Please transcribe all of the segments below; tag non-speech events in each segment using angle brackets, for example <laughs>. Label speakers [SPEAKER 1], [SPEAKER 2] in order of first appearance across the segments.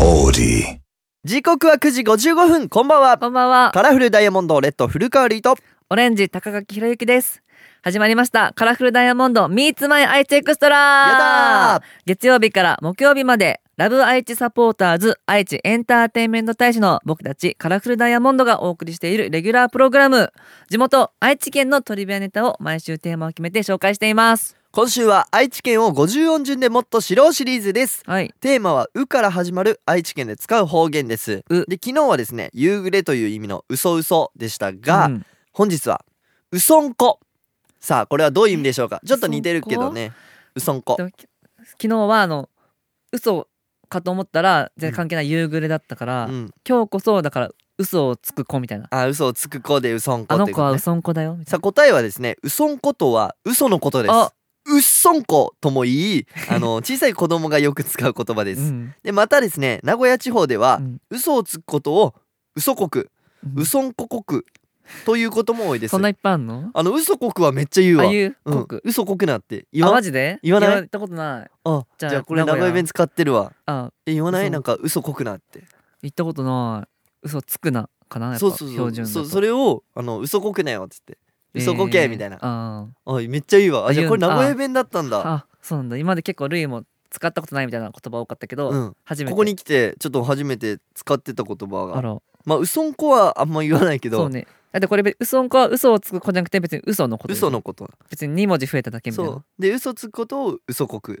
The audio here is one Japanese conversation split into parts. [SPEAKER 1] オーデ
[SPEAKER 2] 時刻は9時55分こんばんは
[SPEAKER 3] こんばんは。
[SPEAKER 2] カラフルダイヤモンドレッド古川瑠衣と
[SPEAKER 3] オレンジ高垣ひろゆきです。始まりました。カラフルダイヤモンド Meets My 愛知エクストラ
[SPEAKER 2] やったー
[SPEAKER 3] 月曜日から木曜日まで、ラブ愛知サポーターズ愛知エンターテインメント大使の僕たちカラフルダイヤモンドがお送りしているレギュラープログラム。地元愛知県のトリビアネタを毎週テーマを決めて紹介しています。
[SPEAKER 2] 今週は愛知県を50音順でもっと知ろうシリーズです
[SPEAKER 3] はい。
[SPEAKER 2] テーマは「う」から始まる愛知県で使う方言です
[SPEAKER 3] う
[SPEAKER 2] で昨日はですね「夕暮れ」という意味の「嘘嘘でしたが、
[SPEAKER 3] うん
[SPEAKER 2] 本日は「うそんこ」さあこれはどういう意味でしょうかちょっと似てるけどねうそんこ
[SPEAKER 3] でもき昨日はあの、嘘かと思ったら全然関係ない夕暮れだったから、
[SPEAKER 2] うん、
[SPEAKER 3] 今日こそだから嘘をつく子みたいな。
[SPEAKER 2] あ嘘をつく子でうそんこ
[SPEAKER 3] あ
[SPEAKER 2] っ
[SPEAKER 3] の
[SPEAKER 2] ていう
[SPEAKER 3] 子
[SPEAKER 2] こと
[SPEAKER 3] は
[SPEAKER 2] ね
[SPEAKER 3] 嘘んこだよみたいな。
[SPEAKER 2] さあ答えはですねうそんことは嘘のことです
[SPEAKER 3] あ
[SPEAKER 2] うっそんことも言
[SPEAKER 3] <laughs>
[SPEAKER 2] いあの小さい子供がよく使う言葉です、
[SPEAKER 3] うん
[SPEAKER 2] でまたですね名古屋地方では、
[SPEAKER 3] うん
[SPEAKER 2] 嘘をつくことを嘘国
[SPEAKER 3] うん
[SPEAKER 2] うそんこ国ということも多いです
[SPEAKER 3] そんないっぱいあんの
[SPEAKER 2] あの嘘国はめっちゃ言う
[SPEAKER 3] あ
[SPEAKER 2] わ
[SPEAKER 3] あいう
[SPEAKER 2] う
[SPEAKER 3] 国
[SPEAKER 2] ん、嘘国なんて言
[SPEAKER 3] あ
[SPEAKER 2] わ
[SPEAKER 3] マ
[SPEAKER 2] ん
[SPEAKER 3] ジで
[SPEAKER 2] 言わない
[SPEAKER 3] ったことない
[SPEAKER 2] あじ
[SPEAKER 3] じ
[SPEAKER 2] ゃ
[SPEAKER 3] ゃ
[SPEAKER 2] あ
[SPEAKER 3] あ
[SPEAKER 2] これ名
[SPEAKER 3] 名古屋
[SPEAKER 2] 古屋弁使ってるわ
[SPEAKER 3] あ
[SPEAKER 2] え言わない
[SPEAKER 3] 嘘
[SPEAKER 2] なんか嘘国なんて
[SPEAKER 3] 行ったことない嘘つくなかなやっぱ
[SPEAKER 2] そうそうそ
[SPEAKER 3] 標
[SPEAKER 2] う
[SPEAKER 3] 準
[SPEAKER 2] そ
[SPEAKER 3] だ
[SPEAKER 2] そ
[SPEAKER 3] れ
[SPEAKER 2] れをあの嘘国なんよっつって嘘こけみたいな、
[SPEAKER 3] あ
[SPEAKER 2] あめっちゃいいわあじゃあ
[SPEAKER 3] 言
[SPEAKER 2] こ
[SPEAKER 3] う
[SPEAKER 2] れ
[SPEAKER 3] ん
[SPEAKER 2] 名
[SPEAKER 3] だ
[SPEAKER 2] 古屋弁だったん
[SPEAKER 3] ー
[SPEAKER 2] だ
[SPEAKER 3] あそうなんだ今まで結構ルイも使ったことないみたいな言葉多かったけど、
[SPEAKER 2] うん
[SPEAKER 3] 初めて
[SPEAKER 2] ここに来てちょっと初めて使ってた言葉
[SPEAKER 3] あ
[SPEAKER 2] が
[SPEAKER 3] ら
[SPEAKER 2] まあうそんこはあんま言わないけ
[SPEAKER 3] そう
[SPEAKER 2] ど、
[SPEAKER 3] ねだってこれ別嘘んこは嘘をつく子じゃなくて別に嘘のこと
[SPEAKER 2] 嘘のこと
[SPEAKER 3] 別に2文字増えただけみたい
[SPEAKER 2] そ
[SPEAKER 3] な
[SPEAKER 2] うで嘘つくことを嘘国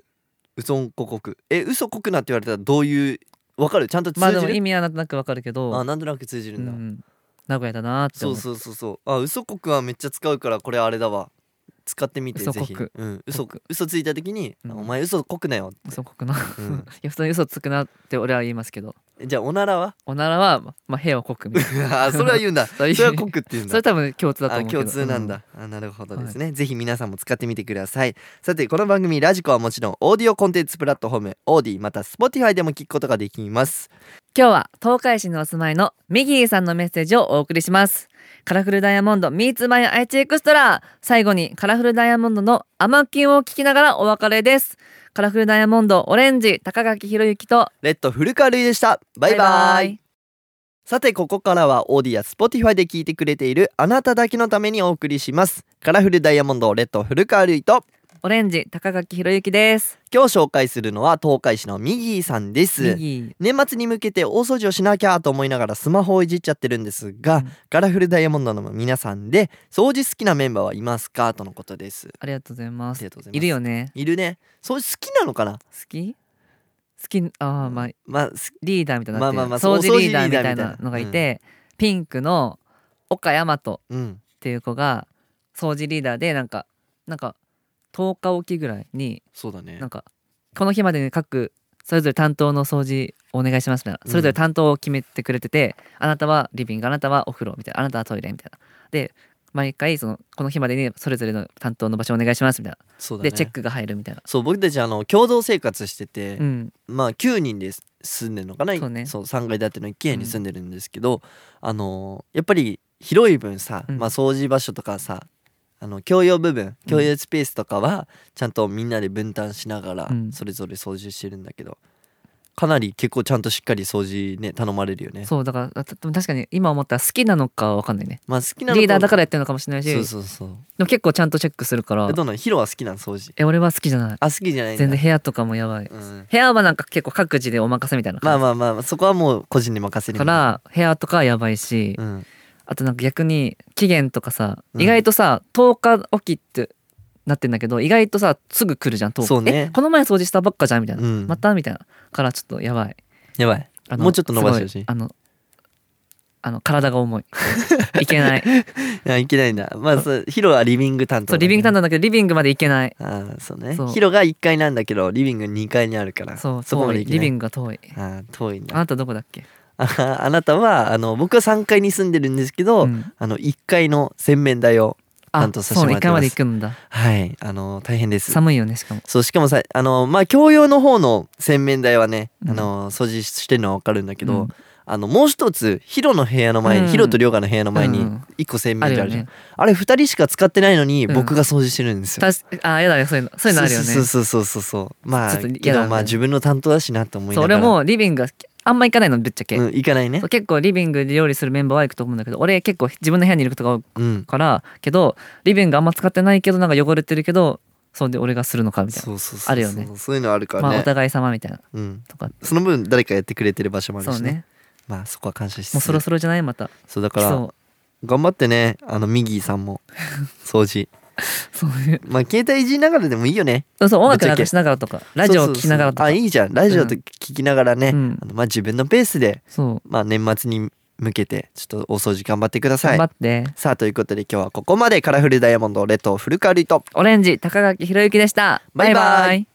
[SPEAKER 2] 嘘んこ国え嘘国なって言われたらどういうわかるちゃんと通
[SPEAKER 3] まあで
[SPEAKER 2] じ
[SPEAKER 3] も意
[SPEAKER 2] る、
[SPEAKER 3] 味はなんとなくわかるけど
[SPEAKER 2] あなんとなく通じる
[SPEAKER 3] うん
[SPEAKER 2] だ、
[SPEAKER 3] ん、名古屋だなーって
[SPEAKER 2] そ
[SPEAKER 3] 思う
[SPEAKER 2] うそうそうそうあ嘘国はめっちゃ使うからこれあれだわ使ってみて
[SPEAKER 3] 嘘
[SPEAKER 2] ぜひ
[SPEAKER 3] 国
[SPEAKER 2] うん嘘
[SPEAKER 3] 国
[SPEAKER 2] 嘘ついた時に、
[SPEAKER 3] うん
[SPEAKER 2] お前嘘国なよ
[SPEAKER 3] 嘘国な、
[SPEAKER 2] う
[SPEAKER 3] <laughs> い
[SPEAKER 2] ん
[SPEAKER 3] や普通に嘘つくなって俺は言いますけど
[SPEAKER 2] じゃあおなら
[SPEAKER 3] <laughs>
[SPEAKER 2] は
[SPEAKER 3] おならはまあ屁をこくみたい
[SPEAKER 2] <laughs>
[SPEAKER 3] な
[SPEAKER 2] あそれは言うんだそ
[SPEAKER 3] <laughs> そういう
[SPEAKER 2] れは国って言うん
[SPEAKER 3] そ
[SPEAKER 2] だ
[SPEAKER 3] れ多分共通だと
[SPEAKER 2] あ
[SPEAKER 3] 思うけど
[SPEAKER 2] 共通なんだ、あなるほどですね、ぜひ皆さんも使ってみてくださいさてこの番組ラジコはもちろんオーディオコンテンツプラットフォームオーディまた Spotify でも聞くことができます
[SPEAKER 3] 今日は東海市にお住まいのミギーさんのメッセージをお送りしますカラフルダイヤモンド Meets My 愛知エクストラ最後にカラフルダイヤモンドの甘キュンを聞きながらお別れですカラフルダイヤモンドオレンジ高垣ひろゆきと
[SPEAKER 2] レッド古川類でしたバイバイさてここからはオーディや Spotify で聞いてくれているあなただけのためにお送りしますカラフルダイヤモンドレッド古川類と
[SPEAKER 3] オレンジ高垣ひろゆきです
[SPEAKER 2] 今日紹介するのは東海市のミギーさんです
[SPEAKER 3] ミギ
[SPEAKER 2] 年末に向けて大掃除をしなきゃと思いながらスマホをいじっちゃってるんですが、
[SPEAKER 3] うん
[SPEAKER 2] カラフルダイヤモンドの皆さんで掃除好きなメンバーはいますかとのことです
[SPEAKER 3] ありがとうございま
[SPEAKER 2] あ
[SPEAKER 3] す
[SPEAKER 2] りがとうございます
[SPEAKER 3] いるよね
[SPEAKER 2] いるね掃除好きなのかな
[SPEAKER 3] 好き好きああまあ
[SPEAKER 2] まあす
[SPEAKER 3] リーダーみたいになってる
[SPEAKER 2] まあまあまあ
[SPEAKER 3] 掃除リーダーみたい
[SPEAKER 2] お掃除リーダーみたい
[SPEAKER 3] な
[SPEAKER 2] な
[SPEAKER 3] のがいて、ピンクの岡大和っ
[SPEAKER 2] うん
[SPEAKER 3] ていう子が掃除リーダーでなんかなんか10日おきぐらいに
[SPEAKER 2] そうだね
[SPEAKER 3] なんかこの日までに各それぞれ担当の掃除お願いしますみたいなそれぞれ担当を決めてくれてて、あなたはリビングあなたはお風呂みたいなあなたはトイレみたいなで毎回そのこの日までにそれぞれの担当の場所お願いしますみたいな、
[SPEAKER 2] そうだね
[SPEAKER 3] でチェックが入るみたいな、
[SPEAKER 2] そう僕たちあの共同生活してて、
[SPEAKER 3] うん、
[SPEAKER 2] まあ9人で住んでるのかな
[SPEAKER 3] そうね
[SPEAKER 2] 3階建ての一軒家に住んでるんですけど、あのやっぱり広い分さ、
[SPEAKER 3] うん
[SPEAKER 2] まあ、掃除場所とかさあの共用部分共用スペースとかはちゃんとみんなで分担しながら
[SPEAKER 3] うん
[SPEAKER 2] それぞれ掃除してるんだけどかなり結構ちゃんとしっかり掃除ね頼まれるよね。
[SPEAKER 3] そうだからたでも確かに今思ったら好きなのかは分かんないね
[SPEAKER 2] まあ、好きなの
[SPEAKER 3] リーダーだかららやってるのかもしれないし
[SPEAKER 2] そうそうそう
[SPEAKER 3] でも結構ちゃんとチェックするから
[SPEAKER 2] えどうなのヒロは好きなの掃除
[SPEAKER 3] え俺は好きじゃない
[SPEAKER 2] あ好きじゃないんだ
[SPEAKER 3] 全然部屋とかもやばい
[SPEAKER 2] うん、
[SPEAKER 3] 部屋はなんか結構各自でお任せみたいな
[SPEAKER 2] まあ
[SPEAKER 3] 感
[SPEAKER 2] まあまあそこはもう個人に任せ
[SPEAKER 3] じ
[SPEAKER 2] る
[SPEAKER 3] か、ら部屋とかはやばいし、
[SPEAKER 2] うん、
[SPEAKER 3] あとなんか逆に期限とかさ、
[SPEAKER 2] うん
[SPEAKER 3] 意外とさ10日おきってなってんだけど意外とさすぐ来るじゃん10日
[SPEAKER 2] そうね
[SPEAKER 3] えこの前掃除したばっかじゃんみたいな、
[SPEAKER 2] うん
[SPEAKER 3] またみたいなからちょっとやばい
[SPEAKER 2] やばい
[SPEAKER 3] あの
[SPEAKER 2] もうちょっと伸ばしてほし
[SPEAKER 3] すご
[SPEAKER 2] い
[SPEAKER 3] あのあの体が
[SPEAKER 2] <laughs>
[SPEAKER 3] 重いいけない
[SPEAKER 2] いやいけないんだまあそうヒロはリビング担当
[SPEAKER 3] そうリビング担
[SPEAKER 2] 当
[SPEAKER 3] 当なんだけどリビングまでいけない
[SPEAKER 2] ああそうね
[SPEAKER 3] そう
[SPEAKER 2] ヒロが1階なんだけどリビング2階にあるから
[SPEAKER 3] そう
[SPEAKER 2] こ
[SPEAKER 3] 遠
[SPEAKER 2] まで
[SPEAKER 3] い
[SPEAKER 2] 行け
[SPEAKER 3] リ
[SPEAKER 2] な
[SPEAKER 3] ビ
[SPEAKER 2] い
[SPEAKER 3] ングが遠い
[SPEAKER 2] ああ遠いん
[SPEAKER 3] あ
[SPEAKER 2] だ
[SPEAKER 3] なたどこだっけ、
[SPEAKER 2] ああなたはあの僕は3階に住んでるんですけど、
[SPEAKER 3] うん
[SPEAKER 2] あの1階の洗面台を担
[SPEAKER 3] あ
[SPEAKER 2] 当させ
[SPEAKER 3] そ
[SPEAKER 2] て
[SPEAKER 3] う
[SPEAKER 2] も
[SPEAKER 3] ね
[SPEAKER 2] らっ
[SPEAKER 3] 一
[SPEAKER 2] て
[SPEAKER 3] 回
[SPEAKER 2] ま
[SPEAKER 3] ますで行くんだ
[SPEAKER 2] はいあの大変です
[SPEAKER 3] 寒いよねしかも
[SPEAKER 2] そうしかもさあのまあ共用の方の洗面台はね、
[SPEAKER 3] うん
[SPEAKER 2] あの掃除してるのは分かるんだけど、
[SPEAKER 3] うん
[SPEAKER 2] あのもう一つヒロの部屋の前に、
[SPEAKER 3] うん
[SPEAKER 2] ヒロとリョウガの部屋の前に
[SPEAKER 3] うん
[SPEAKER 2] 一個洗
[SPEAKER 3] あ
[SPEAKER 2] 面
[SPEAKER 3] る
[SPEAKER 2] 所あ
[SPEAKER 3] よ
[SPEAKER 2] るじゃん、
[SPEAKER 3] ね。
[SPEAKER 2] あれ二人しか使ってないのに
[SPEAKER 3] うん
[SPEAKER 2] 僕が掃除してるんですよ、
[SPEAKER 3] 確かあ、やだね、そういうの。そういうのあるよね。
[SPEAKER 2] そうそうそうそうそうまあ
[SPEAKER 3] ちょっと
[SPEAKER 2] け
[SPEAKER 3] 嫌だね
[SPEAKER 2] どまあ自分の担当だしなと思い
[SPEAKER 3] そ
[SPEAKER 2] な
[SPEAKER 3] う
[SPEAKER 2] が
[SPEAKER 3] 俺
[SPEAKER 2] ら
[SPEAKER 3] もリビングがあんま行かないのぶっちゃけ、
[SPEAKER 2] うん、行かないね
[SPEAKER 3] そう結構リビングで料理するメンバーは行くと思うんだけど俺結構自分の部屋にいることが多い
[SPEAKER 2] うん
[SPEAKER 3] からけどリビングあんま使ってないけどなんか汚れてるけどそうで俺がするのかみたいな
[SPEAKER 2] そうそうそう
[SPEAKER 3] あるよね
[SPEAKER 2] そういうのあるか
[SPEAKER 3] ま
[SPEAKER 2] ら
[SPEAKER 3] あ
[SPEAKER 2] ね、
[SPEAKER 3] お互い様みたいな
[SPEAKER 2] うん、
[SPEAKER 3] とか
[SPEAKER 2] その分誰かやってくれてる場所もある
[SPEAKER 3] そう
[SPEAKER 2] しね
[SPEAKER 3] ね
[SPEAKER 2] まあそこは感謝しつつ
[SPEAKER 3] もうそろそろじゃないまた
[SPEAKER 2] そうだか
[SPEAKER 3] 来
[SPEAKER 2] ら
[SPEAKER 3] そ
[SPEAKER 2] 頑張ってねあのミギーさ
[SPEAKER 3] <laughs>
[SPEAKER 2] んも掃除
[SPEAKER 3] うそういう
[SPEAKER 2] まあ携帯いじりながらでもいいよね
[SPEAKER 3] そうそう音
[SPEAKER 2] ぶっちゃ
[SPEAKER 3] 楽
[SPEAKER 2] け
[SPEAKER 3] 流しながらとかラジオを聞きながらと
[SPEAKER 2] そうそうそうあい
[SPEAKER 3] か
[SPEAKER 2] いじゃんラジオと聞きながらね、
[SPEAKER 3] うん
[SPEAKER 2] あのまあ自分のペースで、
[SPEAKER 3] そう
[SPEAKER 2] まあ、年末に向けてちょっとお掃除頑張ってくださ
[SPEAKER 3] 頑
[SPEAKER 2] い
[SPEAKER 3] 張って
[SPEAKER 2] さあということで今日はここまでカラフルダイヤモンドレッドフルカルイト
[SPEAKER 3] オレンジ高垣ひろゆきでしたバイバ
[SPEAKER 2] バイバ
[SPEAKER 3] イ